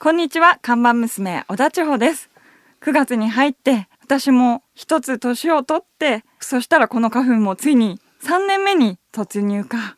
こんにちは、看板娘、小田千穂です。9月に入って、私も一つ年を取って、そしたらこの花粉もついに3年目に突入か。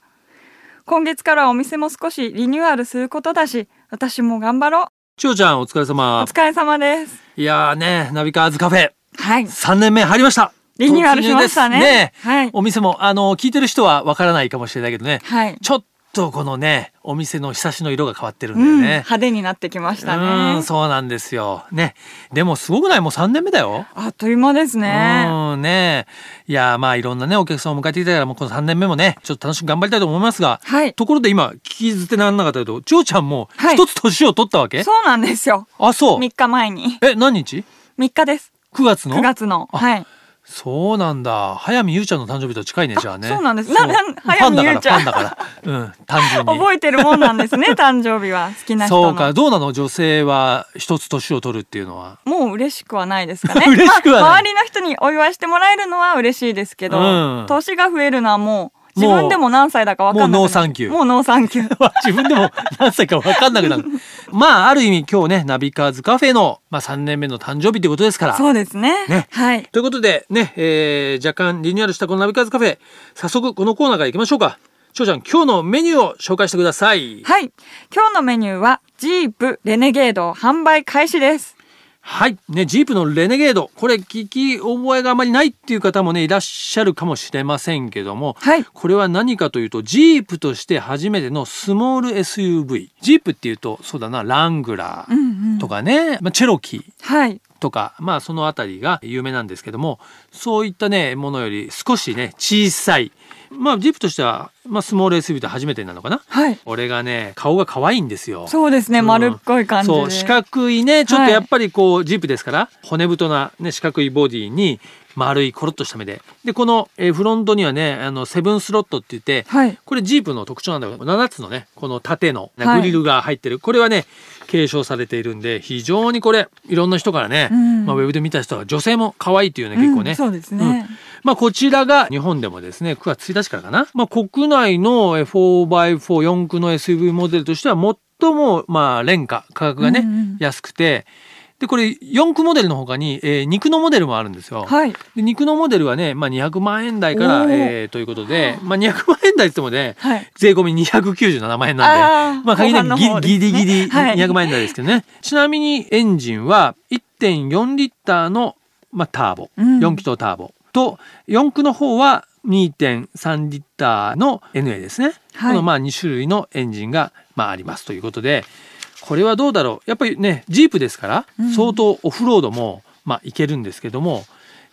今月からお店も少しリニューアルすることだし、私も頑張ろう。千代ちゃんお疲れお様。疲れ様です。いやーね、ナビカーズカフェはい。 3年目入りました。リニューアルしましたね突入ですねはいお店も、あの、聞いてる人はわからないかもしれないけどね、はい。ちょっとこのね、お店のひさしの色が変わってるんうだよん、ね。派手になってきましうたーねん、。そうなんですよ。ね。でもすごくないもう3年目だよ。あっという間ですね。うんねいやーまあいろんなねお客さんを迎えてきたからもうこの3年目もねちょっと楽しく頑張りたいと思いますが、はいところで今聞き捨てならなかったけど千代ちゃんもはい一つ年を取ったわけ、そうなんですよ。あそう3日前に。え何日3日です。 9月の9月の。あはい。そうなんだ早見優ちゃんの誕生日と近いねじゃあねそうなんですそうななファンだから早見優ちゃんファンだからうん単純 に覚えてるもんなん ですね、誕生日は。好きな人の。そうかどうなの女性は一つ年を取るっていうのは。もう嬉しくはないですかね 嬉しくはないまあ周りの人にお祝いしてもらえるのは嬉しいですけど、うん年が増えるのはもう自もう分でも何歳だか分かんない。もうノーサンキューもうノーサンキュー。 自分でも何歳か分かんなくなる。まあ、ある意味今日ね、ナビカーズカフェの、まあ、3年目の誕生日ということですから。そうですね。ねはい。ということで、ね、えー若干リニューアルしたこのナビカーズカフェ、早速このコーナーから行きましょうか。翔ちゃん、今日のメニューを紹介してください。はい。今日のメニューは、ジープレネゲード販売開始です。はい。ね、ジープのレネゲード。これ、聞き覚えがあまりないっていう方もね、いらっしゃるかもしれませんけども、はいこれは何かというと、ジープとして初めてのスモール SUV。ジープっていうと、そうだな、ラングラうんうーん。とかね、まあ、チェロキー。はい。とか、まあそのあたりが有名なんですけども、そういったね、ものより少しね、小さい。まあジープとしては、まあスモール SUV と初めてなのかな。はい。俺がね、顔が可愛いんですよ。そうですね、うん丸っこい感じで。そう、四角いね、ちょっとはいやっぱりこう、ジープですから、骨太なね、四角いボディに、丸いコロッとした目で。で、この、えーフロントにはね、あの、セブンスロットって言って、はい。これジープの特徴なんだけど、7つのね、この縦のねはいグリルが入ってる。これはね、継承されているんで、非常にこれ、いろんな人からね、うんまあウェブで見た人は女性も可愛いっていうね、結構ね。うんそうですね。まあこちらが日本でもですね、9月1日からかな。まあ国内のえー 4x4、4駆の SUV モデルとしては最も、まあ廉価、価格がね、うんうん安くて、で、これ4駆モデルの他に、えー肉のモデルもあるんですよ。はい。で肉のモデルはね、まあ、200万円台かおら、ーえーということで、まあ、200万円台って言ってもね、はい。税込み297万円なんであーまあ限りな後半のくギ,、方ですねギリギリはい200万円台ですけどね、ちなみにエンジンは1.4リッターの、まあ、ターボ、うん4気筒ターボと4駆の方は2.3リッターの NA ですね、はいこのまあ2種類のエンジンが、まあ、ありますということでこれはどうだろうやっぱりねジープですからうん相当オフロードも、まあ、いけるんですけども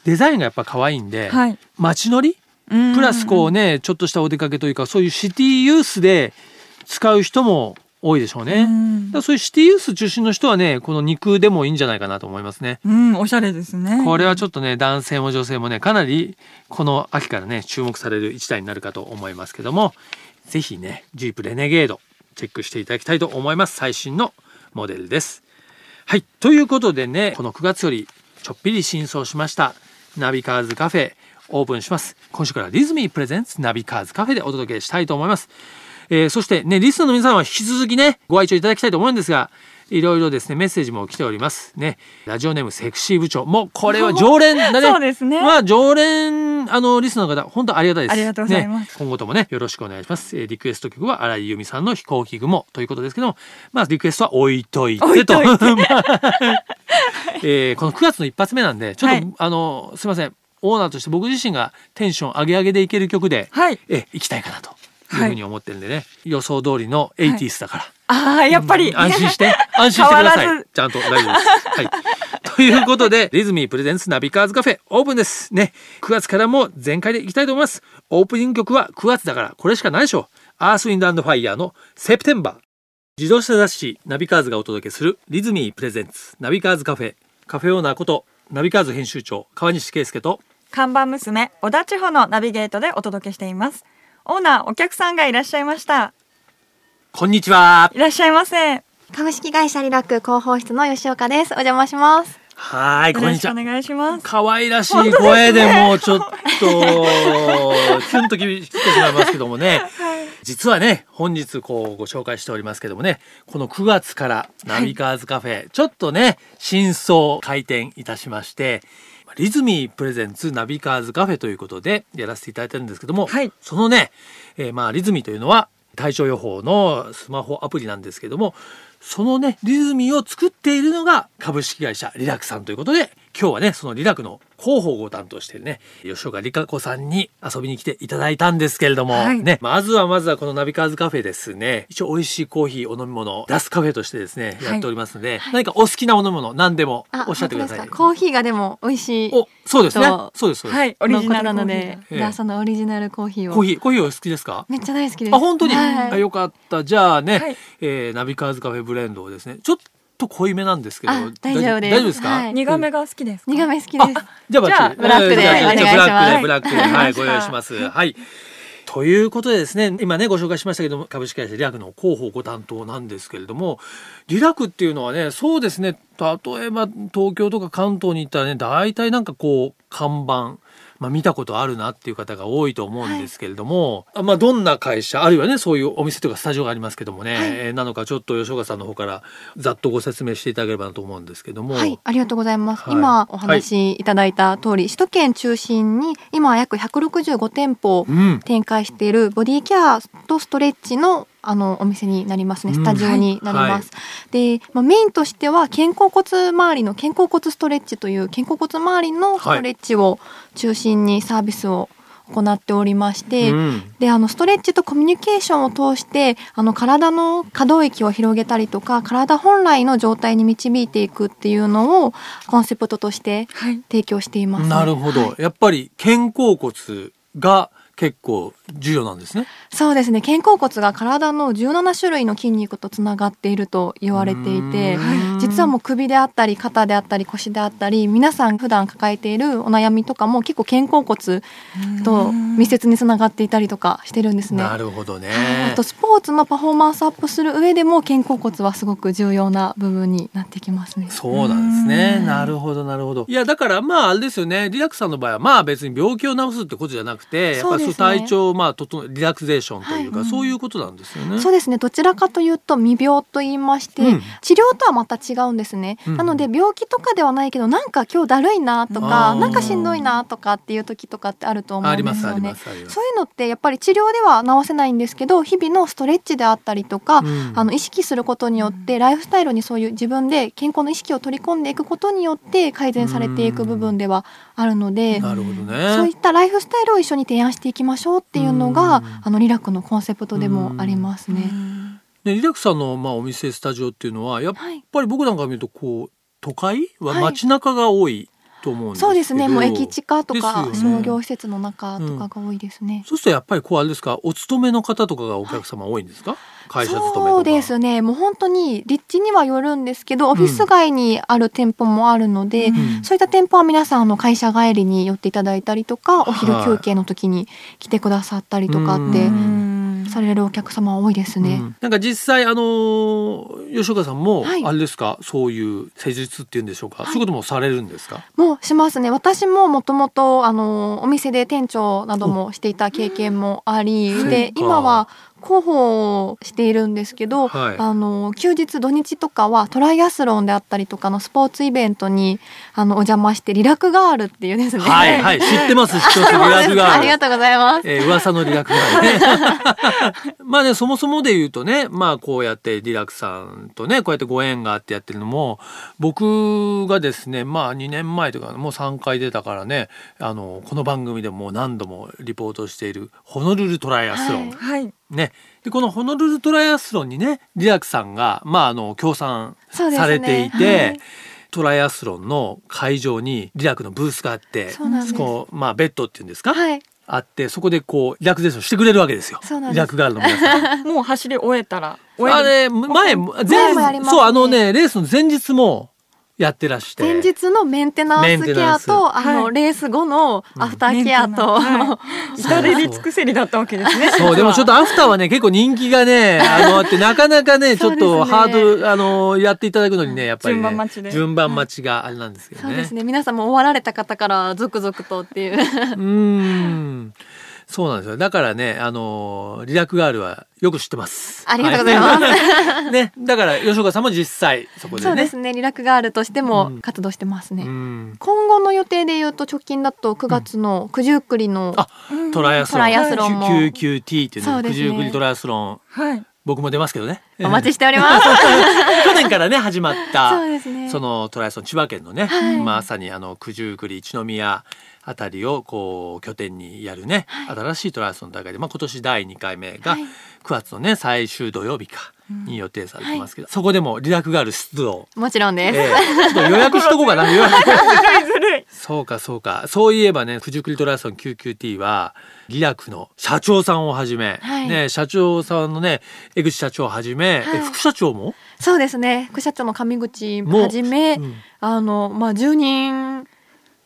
デザインがやっぱ可愛いんで、はい。街乗りププラスこうねちょっとしたお出かけというかそういうシティユースで使う人も多いでしょうね。だからそういうシティユース中心の人はねこの肉でもいいんじゃないかなと思いますね。うん、おしゃれですね。これはちょっとね男性も女性もねかなりこの秋からね注目される一台になるかと思いますけどもぜひねジープレネゲードチェックしていただきたいと思います最新のモデルです。はいということでねこの9月よりちょっぴり新装しましたナビカーズカフェオープンします今週からディズニープレゼンツナビカーズカフェでお届けしたいと思います、えーそしてねリスナーの皆さんは引き続きねご愛聴いただきたいと思うんですがいろいろですねメッセージも来ておりますねラジオネームセクシー部長もうこれ は常連だねそうですねまあ常連あのリスナーの方本当ありがたいですありがとうございますね今後ともねよろしくお願いします、えーリクエスト曲は荒井由実さんの飛行機雲ということですけどもまあリクエストは置いとい置ていとと いまあえーこの9月の一発目なんでちょっと、はいあのすいませんオーナーとして僕自身がテンション上げ上げでいける曲で、はい。えー行きたいかなというはいふうに思ってるんでね、予想通りのい 80s だから、ああ、やっぱり。うん安 心して、安心してくだ変わさらいず。ちゃんと大丈夫です。 はい。ということで、ディズニープレゼンツナビカーズカフェオープンです。ね。9月からも全開でいきたいと思います。オープニング曲は9月だからこれしかないでしょう。アースウィンドアンドファイヤーのセプテンバー。自動車雑誌ナビカーズがお届けするディズニープレゼンツナビカーズカフェ。カフェオーナーことナビカーズ編集長川西圭介と看板娘、小田地方のナビゲートでお届けしています。オーナー、お客さんがいらっしゃいました。こんにちは。いらっしゃいませ。株式会社リラック広報室の吉岡です。お邪魔します。はーよい、こんろにしちくはお。願いします。可愛らしい声でもうちょっと、キュンときてしまいますけどもね。実はね本日こうご紹介しておりますけどもねこの9月からナビカーズカフェ、ちょっとね新装開店いたしましてリズミープレゼンツナビカーズカフェということでやらせていただいてるんですけども、はいそのね、えーまあリズミーというのは体調予報のスマホアプリなんですけどもそのねリズミーを作っているのが株式会社リラクさんということで今日はねそのリラクの広報を担当しているね吉岡里香子さんに遊びに来ていただいたんですけれども、はいねまずはまずはこのナビカーズカフェですね一応美味しいコーヒーお飲み物を出すカフェとしてですね、はいやっておりますので、何かお好きなお飲み物何でもあおっしゃってください本当ですかコーヒーがでも美味しいおそうですねとそうですそうです、はいオリジナルなコーのヒーでがええラーさんのオリジナルコーヒーをコーヒーコーヒーお好きですかめっちゃ大好きですあ本当に、はいあよかったじゃあね、はいえーナビカーズカフェブレンドをですねちょっと濃いめなんですけどあ大丈夫で大す丈夫ですか、はい苦めが好きですか。苦め好きですじゃあバじッチリゃあブラックでじゃあじゃあお願いしまブラックですブラックで、はいはい、ご用意します。はい。ということでですね、今ね、ご紹介しましたけども、株式会社リラクの広報ご担当なんですけれども、リラクっていうのはね、そうですね、例えば東京とか関東に行ったらね、大体なんかこう、看板、まあ見たことあるなっていう方が多いと思うんですけれども、あまあどんな会社、あるいはね、そういうお店とかスタジオがありますけどもね、はいえーなのかちょっと吉岡さんの方からざっとご説明していただければなと思うんですけども、はい、ありがとうございます。はい今お話しいただいた通り、首都圏中心に今約165店舗うん。展開しているボディケアとストレッチのあのお店になりますね。うんスタジオになります。で、まあ、メインとしては肩甲骨周りの肩甲骨ストレッチという肩甲骨周りのストレッチを中心にサービスを行っておりまして、うんであのストレッチとコミュニケーションを通してあの体の可動域を広げたりとか体本来の状態に導いていくっていうのをコンセプトとしてはい。提供しています、なるほど、はいやっぱり肩甲骨が結構重要なんですね。そうですね肩甲骨が体の17種類の筋肉とつながっていると言われていてうーん実はもう首であったり肩であったり腰であったり皆さん普段抱えているお悩みとかも結構肩甲骨と密接につながっていたりとかしてるんですね。なるほどね。あとスポーツのパフォーマンスアップする上でも肩甲骨はすごく重要な部分になってきますね。そうなんですうね。んなるほどなるほど。いやだからまああれですよね。リラックスさんの場合はまあ別に病気を治すってことじゃなくて、やっぱそうりですね体調をまあ整えリラクゼーションというか、はいそういうことなんですよね。そうですねどちらかというと未病と言いまして、うん治療とはまた違うんですね、うんなので病気とかではないけどなんか今日だるいなとかあーなんかしんどいなとかっていう時とかってあると思あうんりでますすあよりまねすあります。そういうのってやっぱり治療では治せないんですけど日々のストレッチであったりとか、うんあの意識することによってライフスタイルにそういう自分で健康の意識を取り込んでいくことによって改善されていく部分ではあるので、なるほどそうね。いったライフスタイルを一緒に提案していきましょうっていうのうがんあのリラックのコンセプトでもありますね。でリラックスさんのまあお店スタジオっていうのはやっぱはい、り僕なんか見るとこう都会ははい街中が多いと思うんですけど。そうですねもう駅地下とかですよね商業施設の中とかが多いですね。そうするとやっぱりこうあれですか、お勤めの方とかがお客様多いんですか、会社勤めとか。そうですねもう本当に立地にはよるんですけどオフィス街にある店舗もあるので、うんそういった店舗は皆さんあの会社帰りに寄っていただいたりとかお昼休憩の時に来てくださったりとかっうてんされるお客様は多いですね。うんなんか実際あのー吉岡さんもはいあれですか、そういう施術っていうんでしょうか、はいそういうこともされるんですか。もうしますね私ももともとあのお店で店長などもしていた経験もありうんでそうか今は広報をしているんですけど、はいあの休日土日とかはトライアスロンであったりとかのスポーツイベントにあのお邪魔してリラクガールっていうですね、はい はい知ってます知ってますリラクガーあルりがとうございます。えー噂のリラクガールね。 まあねそもそもで言うとねまあこうやってリラクさんとねこうやってご縁があってやってるのも僕がですねまあ2年前とかもう3回出たからねあのこの番組でももう何度もリポートしているホノルルトライアスロン。はいはい。ね、でこのホノルルトライアスロンにねリラクさんが、まあ、あの協賛そうですねされていて、はいトライアスロンの会場にリラクのブースがあってそうなんですこうまあ、ベッドっていうんですか、はい、あってそこでこうリラクゼーションしてくれるわけですよそうなんですリラクガールの皆 さん。もう走り終えたら終えあるれ前前もやりますねそうあのねレースの前日もやってらして前日のメンテナンスケアとンスあの、はいレース後のアフターケアと、メンテナンスは至れり尽くせりだったわけですね。そうでもちょっとアフターはね結構人気が ねあのあってなかなかねちそょうっですねとハードルあのやっていただくのにねやっぱりね順番待ちで順番待ちがあれなんですけど そうねです。ね皆さんも終わられた方から続々とっていううーんそうなんですよだからねあのーリラクガールはよく知ってますありがとうございます。す ねだから吉岡さんも実際そこでねそうですねリラクガールとしてうもん活動してますね。うん今後の予定で言うと直近だと9月の九十九里の、あトライアスロントライアスロンも QQT っていうそのうですね九十九里トライアスロンはい。僕も出ますけどねお待ちししております。 去年からね始まった そうですね。そのトライアスロン千葉県のね、はいまあまさにあの九十九里一宮あたりをこう拠点にやるね、新しいトライアスロン大会で、まあ、今年第2回目がはい9月のね最終土曜日かに予定されてますけど、そこでもリラクガール出動、もちろんえです。えちょっと予約しとこうかな予約ずるい。そうかそうかそういえばね九十九里トライアスロン QQT はリラクの社長さんをはじめ、はいね、社長さんのね江口社長をはじめ、はいえ副社長も、そうですね。副社長の上口もうはじめ、うんあのまあ10人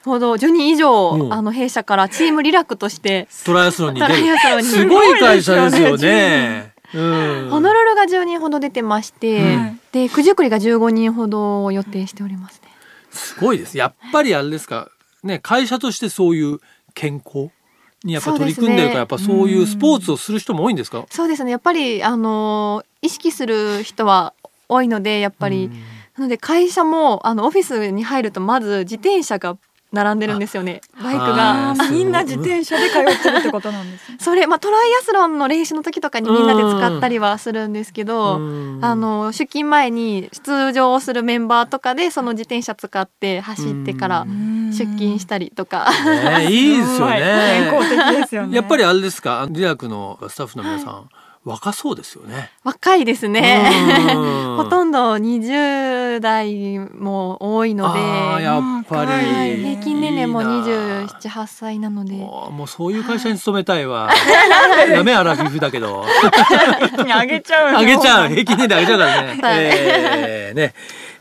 ほど10人以上、うんあの弊社からチームリラクとしてトライアスロンにト出ライるアスロンにすごい会社ですよね。うんホノルルが10人ほど出てまして、うんで九十九里が15人ほどを予定しておりますね。すごいです。やっぱりあれですか、ね、会社としてそういう健康にやっぱ取り組んでるから、やっそぱそういうスポーツをする人も多いんですか。やっそうですね。やっぱりあの意識する人は多いのでやっぱり、なので会社もあのオフィスに入るとまず自転車が並んでるんですよね。バイクあが。あーーみんな自転車で通ってるってことなんですね。それまあトライアスロンの練習の時とかにみんなで使ったりはするんですけど、あの出勤前に出場をするメンバーとかでその自転車使って走ってからう出勤したりとか、ね、いいですよすごいね。健康的ですよね。やっぱ りあれですか、リラクのスタッフの皆さん、若そうですよね。 若いですね。ほほとんど20代も多いので、やっぱり、はいいいな平均年齢もいいな27、8歳なので、もうもうそういう会社に勤めたいわ。 ダメアラフィフだけど。にあげちゃう。あげちゃうう。 平均年齢上げちゃうからね。はいえーね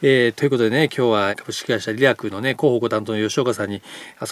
えーということでね今日は株式会社リラクのね広報ご担当の吉岡さんに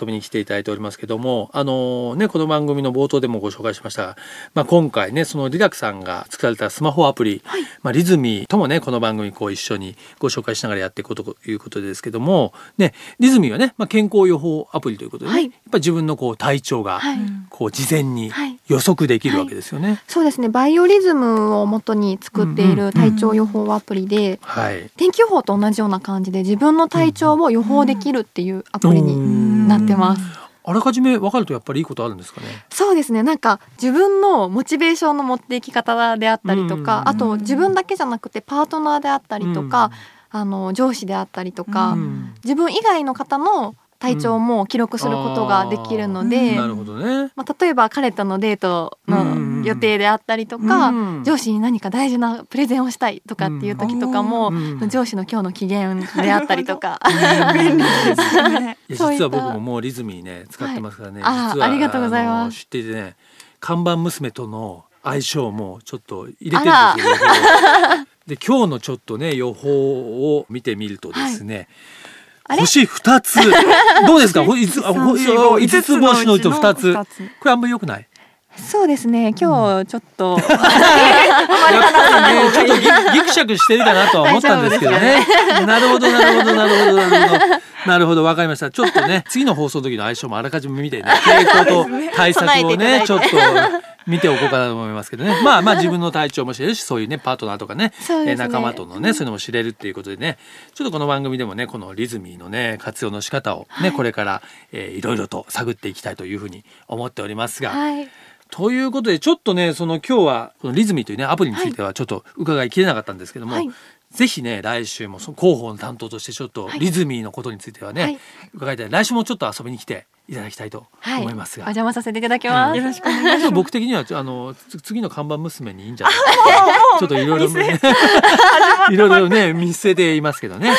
遊びに来ていただいておりますけどもあのーねこの番組の冒頭でもご紹介しましたが、まあ、今回ねそのリラクさんが作られたスマホアプリ、まあ、リズミーともねこの番組こう一緒にご紹介しながらやっていこうということですけども、ね、リズミーはね、まあ、健康予報アプリということでね、はいやっぱ自分のこう体調がはいこう事前にはい予測できるわけですよね。そうですねバイオリズムを元に作っている体調予報アプリで、はい、天気予報と同じような感じで自分の体調を予報できるっていうアプリうにんなってます。あらかじめ分かるとやっぱりいいことあるんですかね。そうですねなんか自分のモチベーションの持っていき方であったりとうかんあと自分だけじゃなくてパートナーであったりとか、あの上司であったりとか、うん自分以外の方の体調も記録することができるのうで、んなるほど ね。まあ、例えば彼とのデートの予定であったりとか、うん上司に何か大事なプレゼンをしたいとかっていう時とかも、うん上司の今日の機嫌であったりとか、便利ですよね。いやそういっ実たは僕ももうリズムにね使ってますからね。はいあー実はありがとうございますあの知っていてね看板娘との相性もちょっと入れてるんあらですよ。僕で今日のちょっとね予報を見てみるとですね。あれ星二つどうですか？ほいつあほい三四五五つ星のうちの二つ。五こつのれあんまり良くない。そうですね今日ちょっと、 やっぱりね、ちょっとギギクシャクしてるかなとは思ったんですけどね。なるほど、なるほど、なるほど、なるほど。なるほど、わかりました。ちょっとね、次の放送の時の相性もあらかじめ見てね、傾向と対策をね、ちょっと見ておこうかなと思いますけどね。まあまあ自分の体調も知れるし、そういうね、パートナーとかね、そうですねえー仲間とのね、そういうのも知れるっていうことでね、ちょっとこの番組でもね、このリズミーのね、活用の仕方をね、これから、えーいろいろと探っていきたいというふうに思っておりますが、はいということでちょっとねその今日はこのリズミというねアプリについてはちょっと伺いきれなかったんですけども、はいぜひね来週もその広報の担当としてちょっとはいリズミのことについてはね、はい伺いたい来週もちょっと遊びに来ていただきたいとはい、思いますおが、邪魔させていただきます、よろしくお願いします。ちょっと僕的にはあのつ次の看板娘にいいん じゃないかちょっといろいろねいろいろね見据えていますけどね。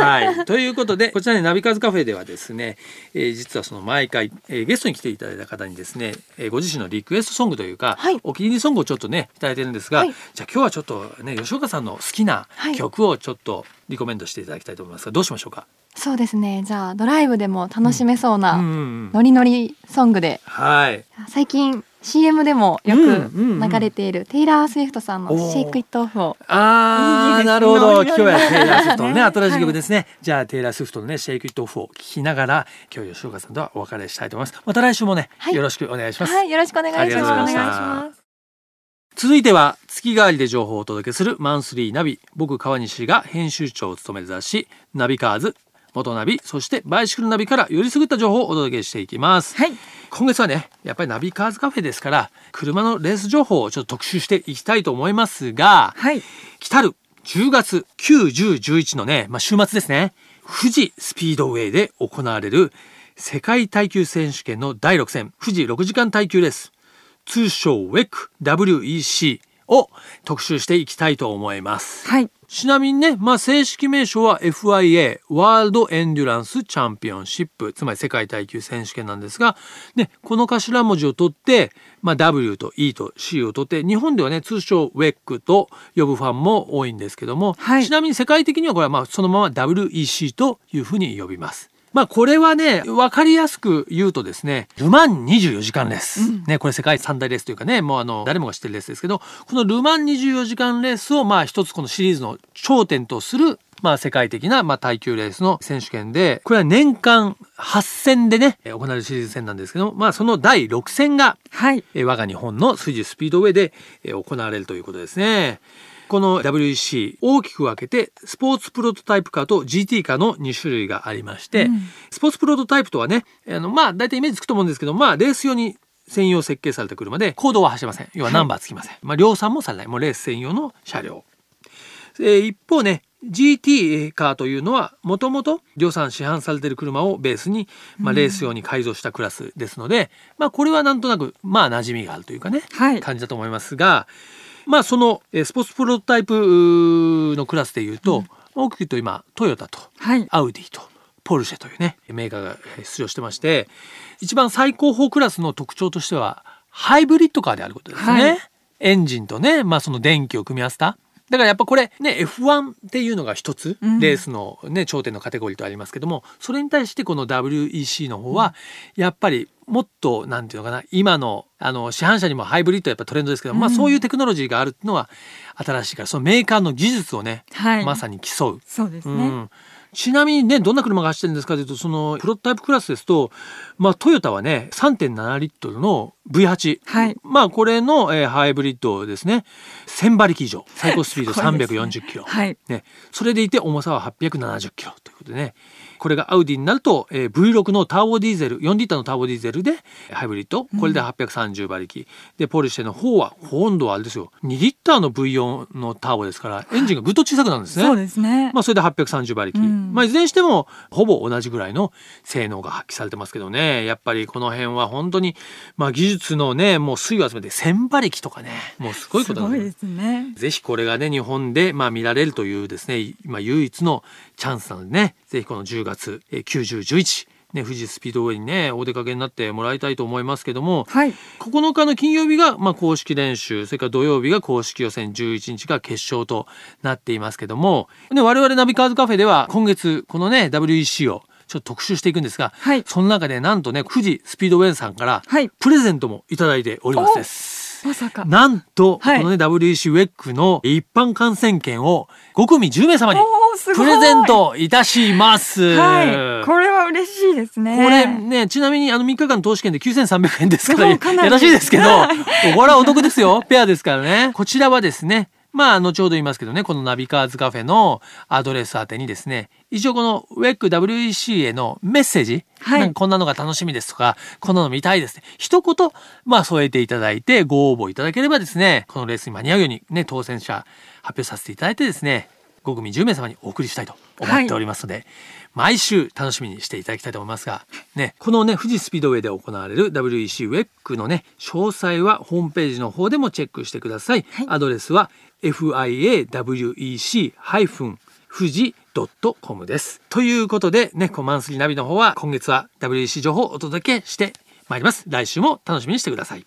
はい、ということでこちらねナビカーズカフェではですね、えー実はその毎回、えーゲストに来ていただいた方にですね、えーご自身のリクエストソングというか、はいお気に入りソングをちょっとねいただいてるんですが、はいじゃあ今日はちょっとね吉岡さんの好きなはい曲をちょっとリコメンドしていただきたいと思いますがどうしましょうかそうですねじゃあドライブでも楽しめそううんなうんうノんリノリソングではい。最近 CM でもようんくうんうん流れているテイラー・スウィフトさんのお「ーシェイク・イット・オフ」をあいいであ、すねなるほど。ノリノリ今日はテイラー・スウィフトのね、はい新しい曲ですね。じゃあ、テイラー・スウィフトのね、シェイク・イット・オフを聞きながら、今日吉岡さんとはお別れしたいと思います。また来週もね、はいよろしくお願いします。はいよろしくお願いしあますりがとうございましたお願いします続いては月替わりで情報をお届けするマンスリーナビ僕川西が編集長を務める雑誌ナビカーズ元ナビそしてバイシクルナビからよりすぐった情報をお届けしていきます、はい今月はねやっぱりナビカーズカフェですから車のレース情報をちょっと特集していきたいと思いますがはい来たる10月9、10、11のね、まあ、週末ですね、富士スピードウェイで行われる世界耐久選手権の第6戦、富士6時間耐久レース、通称 WEC、WEC を特集していきたいと思います。はいちなみにね、まあ、正式名称は FIA、ワールドエンデュランスチャンピオンシップ、つまり世界耐久選手権なんですが、ね、この頭文字を取って、まあ、W と E と C を取って、日本ではね、通称 WEC と呼ぶファンも多いんですけども、はいちなみに世界的にはこれはまあ、そのまま WEC というふうに呼びます。まあ、これはね、わかりやすく言うとですね、ルマン24時間レース。ね、これ世界三大レースというかね、もうあの、誰もが知ってるレースですけど、このルマン24時間レースを、まあ、一つこのシリーズの頂点とする、まあ、世界的な、まあ、耐久レースの選手権で、これは年間8戦でね、え行われるシリーズ戦なんですけども、まあ、その第6戦が、はいえー我が日本の水準スピードウェイでえー行われるということですね。この WEC 大きく分けてスポーツプロトタイプカーと GT カーの2種類がありまして、スポーツプロトタイプとはねあのまあ大体イメージつくと思うんですけどまあレース用に専用設計された車で行動は走れません要はナンバーつきません、まあ量産もされないもうレース専用の車両えー一方ね GT カーというのはもともと量産市販されている車をベースに、まあ、レース用に改造したクラスですので、まあこれはなんとなくまあ馴染みがあるというかね、はい感じだと思いますがまあそのえースポーツプロトタイプうーのクラスでいうと、大きく言うと今トヨタとはいアウディとポルシェというねメーカーがえー出場してまして一番最高峰クラスの特徴としてはハイブリッドカーであることですね、はいエンジンとね、まあ、その電気を組み合わせただからやっぱこれね F1 っていうのが一つうんレースの、ね頂点のカテゴリーとありますけどもそれに対してこの WEC の方はやっぱりもっとなんていうのかな今のあの市販車にもハイブリッドやっぱトレンドですけど、まあ、うんそういうテクノロジーがあるっていうのは新しいからそのメーカーの技術をね、はいまさに競うそうですね、うん、ちなみにねどんな車が走ってるんですかというとそのプロトタイプクラスですと、まあ、トヨタはね3.7リットルの V8 はいまあこれの、えーハイブリッドですね1000馬力以上最高スピー ドすごいですね340キロ、はいね、それでいて重さは870キロということでねこれがアウディになると、えー V6 のターボディーゼル4リッターのターボディーゼルでハイブリッドこれで830馬力、でポルシェの方は今度はあれですよ2リッターの V4 のターボですからエンジンがぐっと小さくなるんですね。そうですね、 まあ、それで830馬力、うんまあ、いずれにしてもほぼ同じぐらいの性能が発揮されてますけどねやっぱりこの辺は本当に、まあ、技術のねもう粋を集めて1,000馬力とかねもうすごいこすとなごんいですねぜひこれがね日本でまあ見られるというですね今唯一のチャンスなのでねぜひこの10月9011ね富士スピードウェイにねお出かけになってもらいたいと思いますけどもはい9日の金曜日がまあ公式練習それから土曜日が公式予選11日が決勝となっていますけども、ね、我々ナビカーズカフェでは今月このね WEC をちょっと特集していくんですが、はいその中でなんとね富士スピードウェイさんからはいプレゼントもいただいておりますです。まさかなんと、はいこのね WEC ウェックの一般観戦券を5組10名様におーすごいプレゼントいたします。はいこれは嬉しいですねこれね、ちなみにあの3日間投資券で9300円ですかもら、うかなりやらしいですけど はい、これはお得ですよ。ペアですからね。こちらはですね、まあ、後ほど言いますけどね、このナビカーズカフェのアドレス宛てにですね、一応この WECWEC へのメッセージ、はいなんかこんなのが楽しみですとか、こんなの見たいですね。一言、まあ、添えていただいて、ご応募いただければですね、このレースに間に合うようにね、当選者発表させていただいてですね、5組10名様にお送りしたいと思っておりますので、毎週楽しみにしていただきたいと思いますが、ね、このね富士スピードウェイで行われる WEC ウェックのね詳細はホームページの方でもチェックしてください、はいアドレスは FIAWEC- 富士 .com ですということでねこうマンスリーナビの方は今月は WEC 情報をお届けしてまいります来週も楽しみにしてください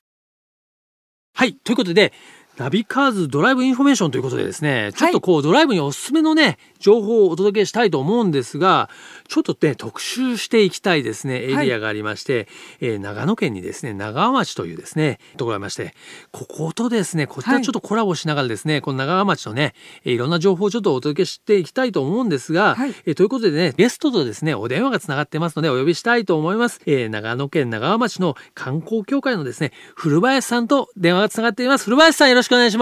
はいということでナビカーズドライブインフォメーションということでですね、ちょっとこうドライブにおすすめのね、情報をお届けしたいと思うんですが、ちょっとね、特集していきたいですね、エはいリアがありまして、えー長野県にですね、長川町というですね、ところがありまして、こことですね、こちはらいちょっとコラボしながらですね、この長川町のね、えーいろんな情報をちょっとお届けしていきたいと思うんですが、はいえーということでね、ゲストとですね、お電話がつながってますので、お呼びしたいと思います。えー長野県長川町の観光協会のですね、古林さんと電話がつながっています。古林さん、よろしくお願いします。よろし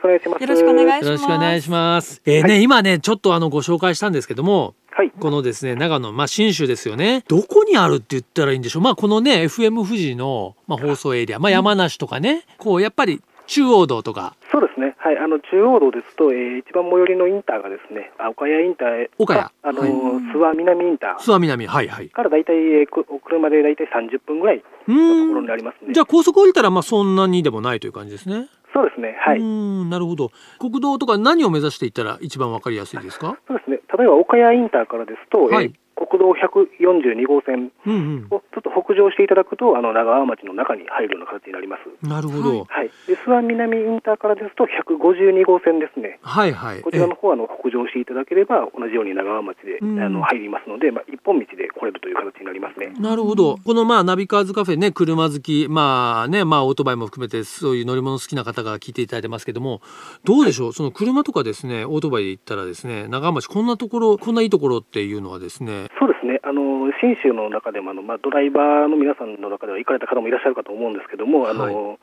くお願いします。よろしくお願いしますよろしくお願いします。えーね、今ね、ちょっとあの、ご紹介したんですけども、はい。このですね、長野、まあ、信州ですよね。どこにあるって言ったらいいんでしょう。まあ、このね、FM 富士の、まあ、放送エリア、まあ、山梨とかね、こう、やっぱり中央道とか、そうですね。はい。あの、中央道ですと、えー一番最寄りのインターがですね、あ岡谷インターへ。岡谷あの、はい諏訪南インター諏訪南、はいはい。からだいたい、えーくお車でだいたい30分ぐらいのうところーにん。なりますね。じゃあ、高速降りたら、まあ、そんなにでもないという感じですね。そうですね。はうい。ーん、なるほど。国道とか何を目指していったら一番わかりやすいですかそうですね。例えば岡谷インターからですと、はいえー国道142号線うんうん。をちょっと北上していただくと、あの、長川町の中に入るような形になります。なるほど。はい。で、諏訪南インターからですと、152号線ですね。はいはい。こちらの方はあの北上していただければ同じように長川町で、うんあの入りますので、まあ、一本道で来れるという形になりますね。なるほど。このまあナビカーズカフェね、車好き、まあね、まあオートバイも含めてそういう乗り物好きな方が聞いていただいてますけども、どうでしょう、その車とかですね、オートバイで行ったらですね、長浜市こんなところ、こんないいところっていうのはですね、そうですね、あの信州の中でもあの、まあ、ドライバーの皆さんの中では行かれた方もいらっしゃるかと思うんですけども、あのはい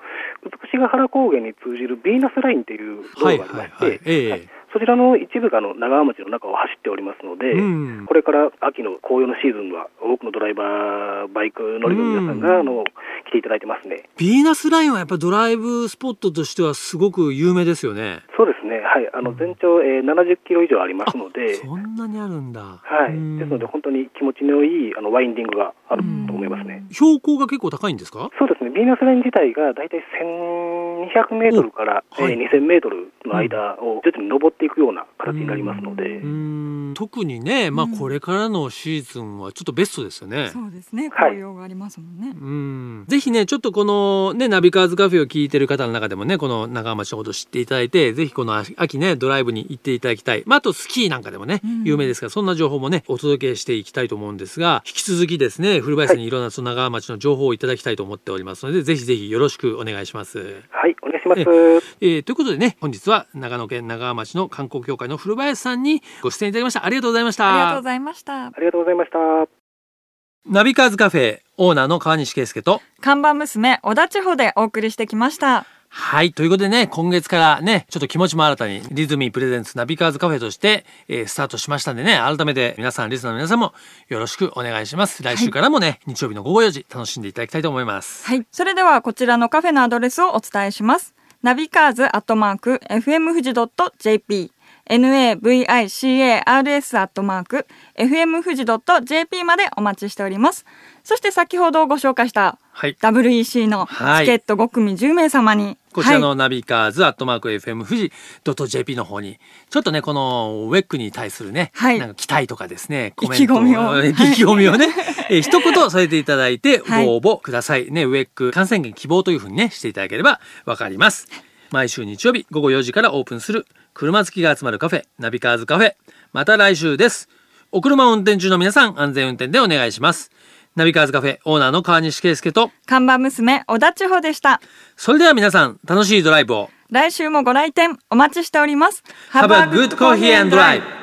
美ヶ原高原に通じるヴィーナスラインという道は路いがありまはいして、はい。ええはいそちらの一部があの長川町の中を走っておりますので、うんこれから秋の紅葉のシーズンは、多くのドライバー、バイク乗りの皆さんが、うんあの来ていただいてますね。ヴィーナスラインはやっぱドライブスポットとしてはすごく有名ですよね。そうですね、はい、あの全長、えー70キロ以上ありますので、そんなにあるんだ。はい、うんですので本当に気持ちのいいあのワインディングがあると思いますね。標高が結構高いんですかそうですね、ビーナスライン自体が大体1200メートルから、おはいえー2000メートルの間を徐々に登っていくような形になりますので、うーん特にね、まあ、うんこれからのシーズンはちょっとベストですよね。そうですねはい紅葉がありますもんね、うんぜひねちょっとこの、ね、ナビカーズカフェを聞いてる方の中でもねこの長浜町のことを知っていただいてぜひこの秋秋ねドライブに行っていただきたい、まあ、あとスキーなんかでもねうん有名ですから、そんな情報もねお届けしていきたいと思うんですが引き続きですね古林さんにいろんなその長浜町の情報をいただきたいと思っておりますのでぜひぜひよろしくお願いします。はい、お願いします。えーということでね本日は長野県長浜町の観光協会の古林さんにご出演いただきましたありがとうございました。ありがとうございましたありがとうございました。ナビカーズカフェオーナーの川西圭介と看板娘小田千穂でお送りしてきましたはい。ということでね、今月からね、ちょっと気持ちも新たに、リズミープレゼンツナビカーズカフェとして、えースタートしましたんでね、改めて皆さん、リスナーの皆さんもよろしくお願いします。来週からもね、日曜日の午後4時、楽しんでいただきたいと思います。はいそれではこちらのカフェのアドレスをお伝えしますナビカーズアットマーク FM 富士 .jp navicars アットマーク FM 富士 .jp までお待ちしておりますそして先ほどご紹介したはい。 WEC のチはいケット5組10名様に、こちらはのナビカーズ、アットマーク FM 富士 .jp の方に、ちょっとね、このウェックに対するね、はいなんか期待とかですね、コメント意気込みをえー意気込み をね、えー一言添えていただいてはいご応募ください。ね、ウェック感染源希望というふうにね、していただければわかります。毎週日曜日午後4時からオープンする車好きが集まるカフェ、ナビカーズカフェ。また来週です。お車を運転中の皆さん、安全運転でお願いします。ナビカーズカフェオーナーの川西圭介と、い、看板娘小田千穂でしたそれでは皆さん、楽しいドライブを。来週もご来店お待ちしております Have a good coffee and drive.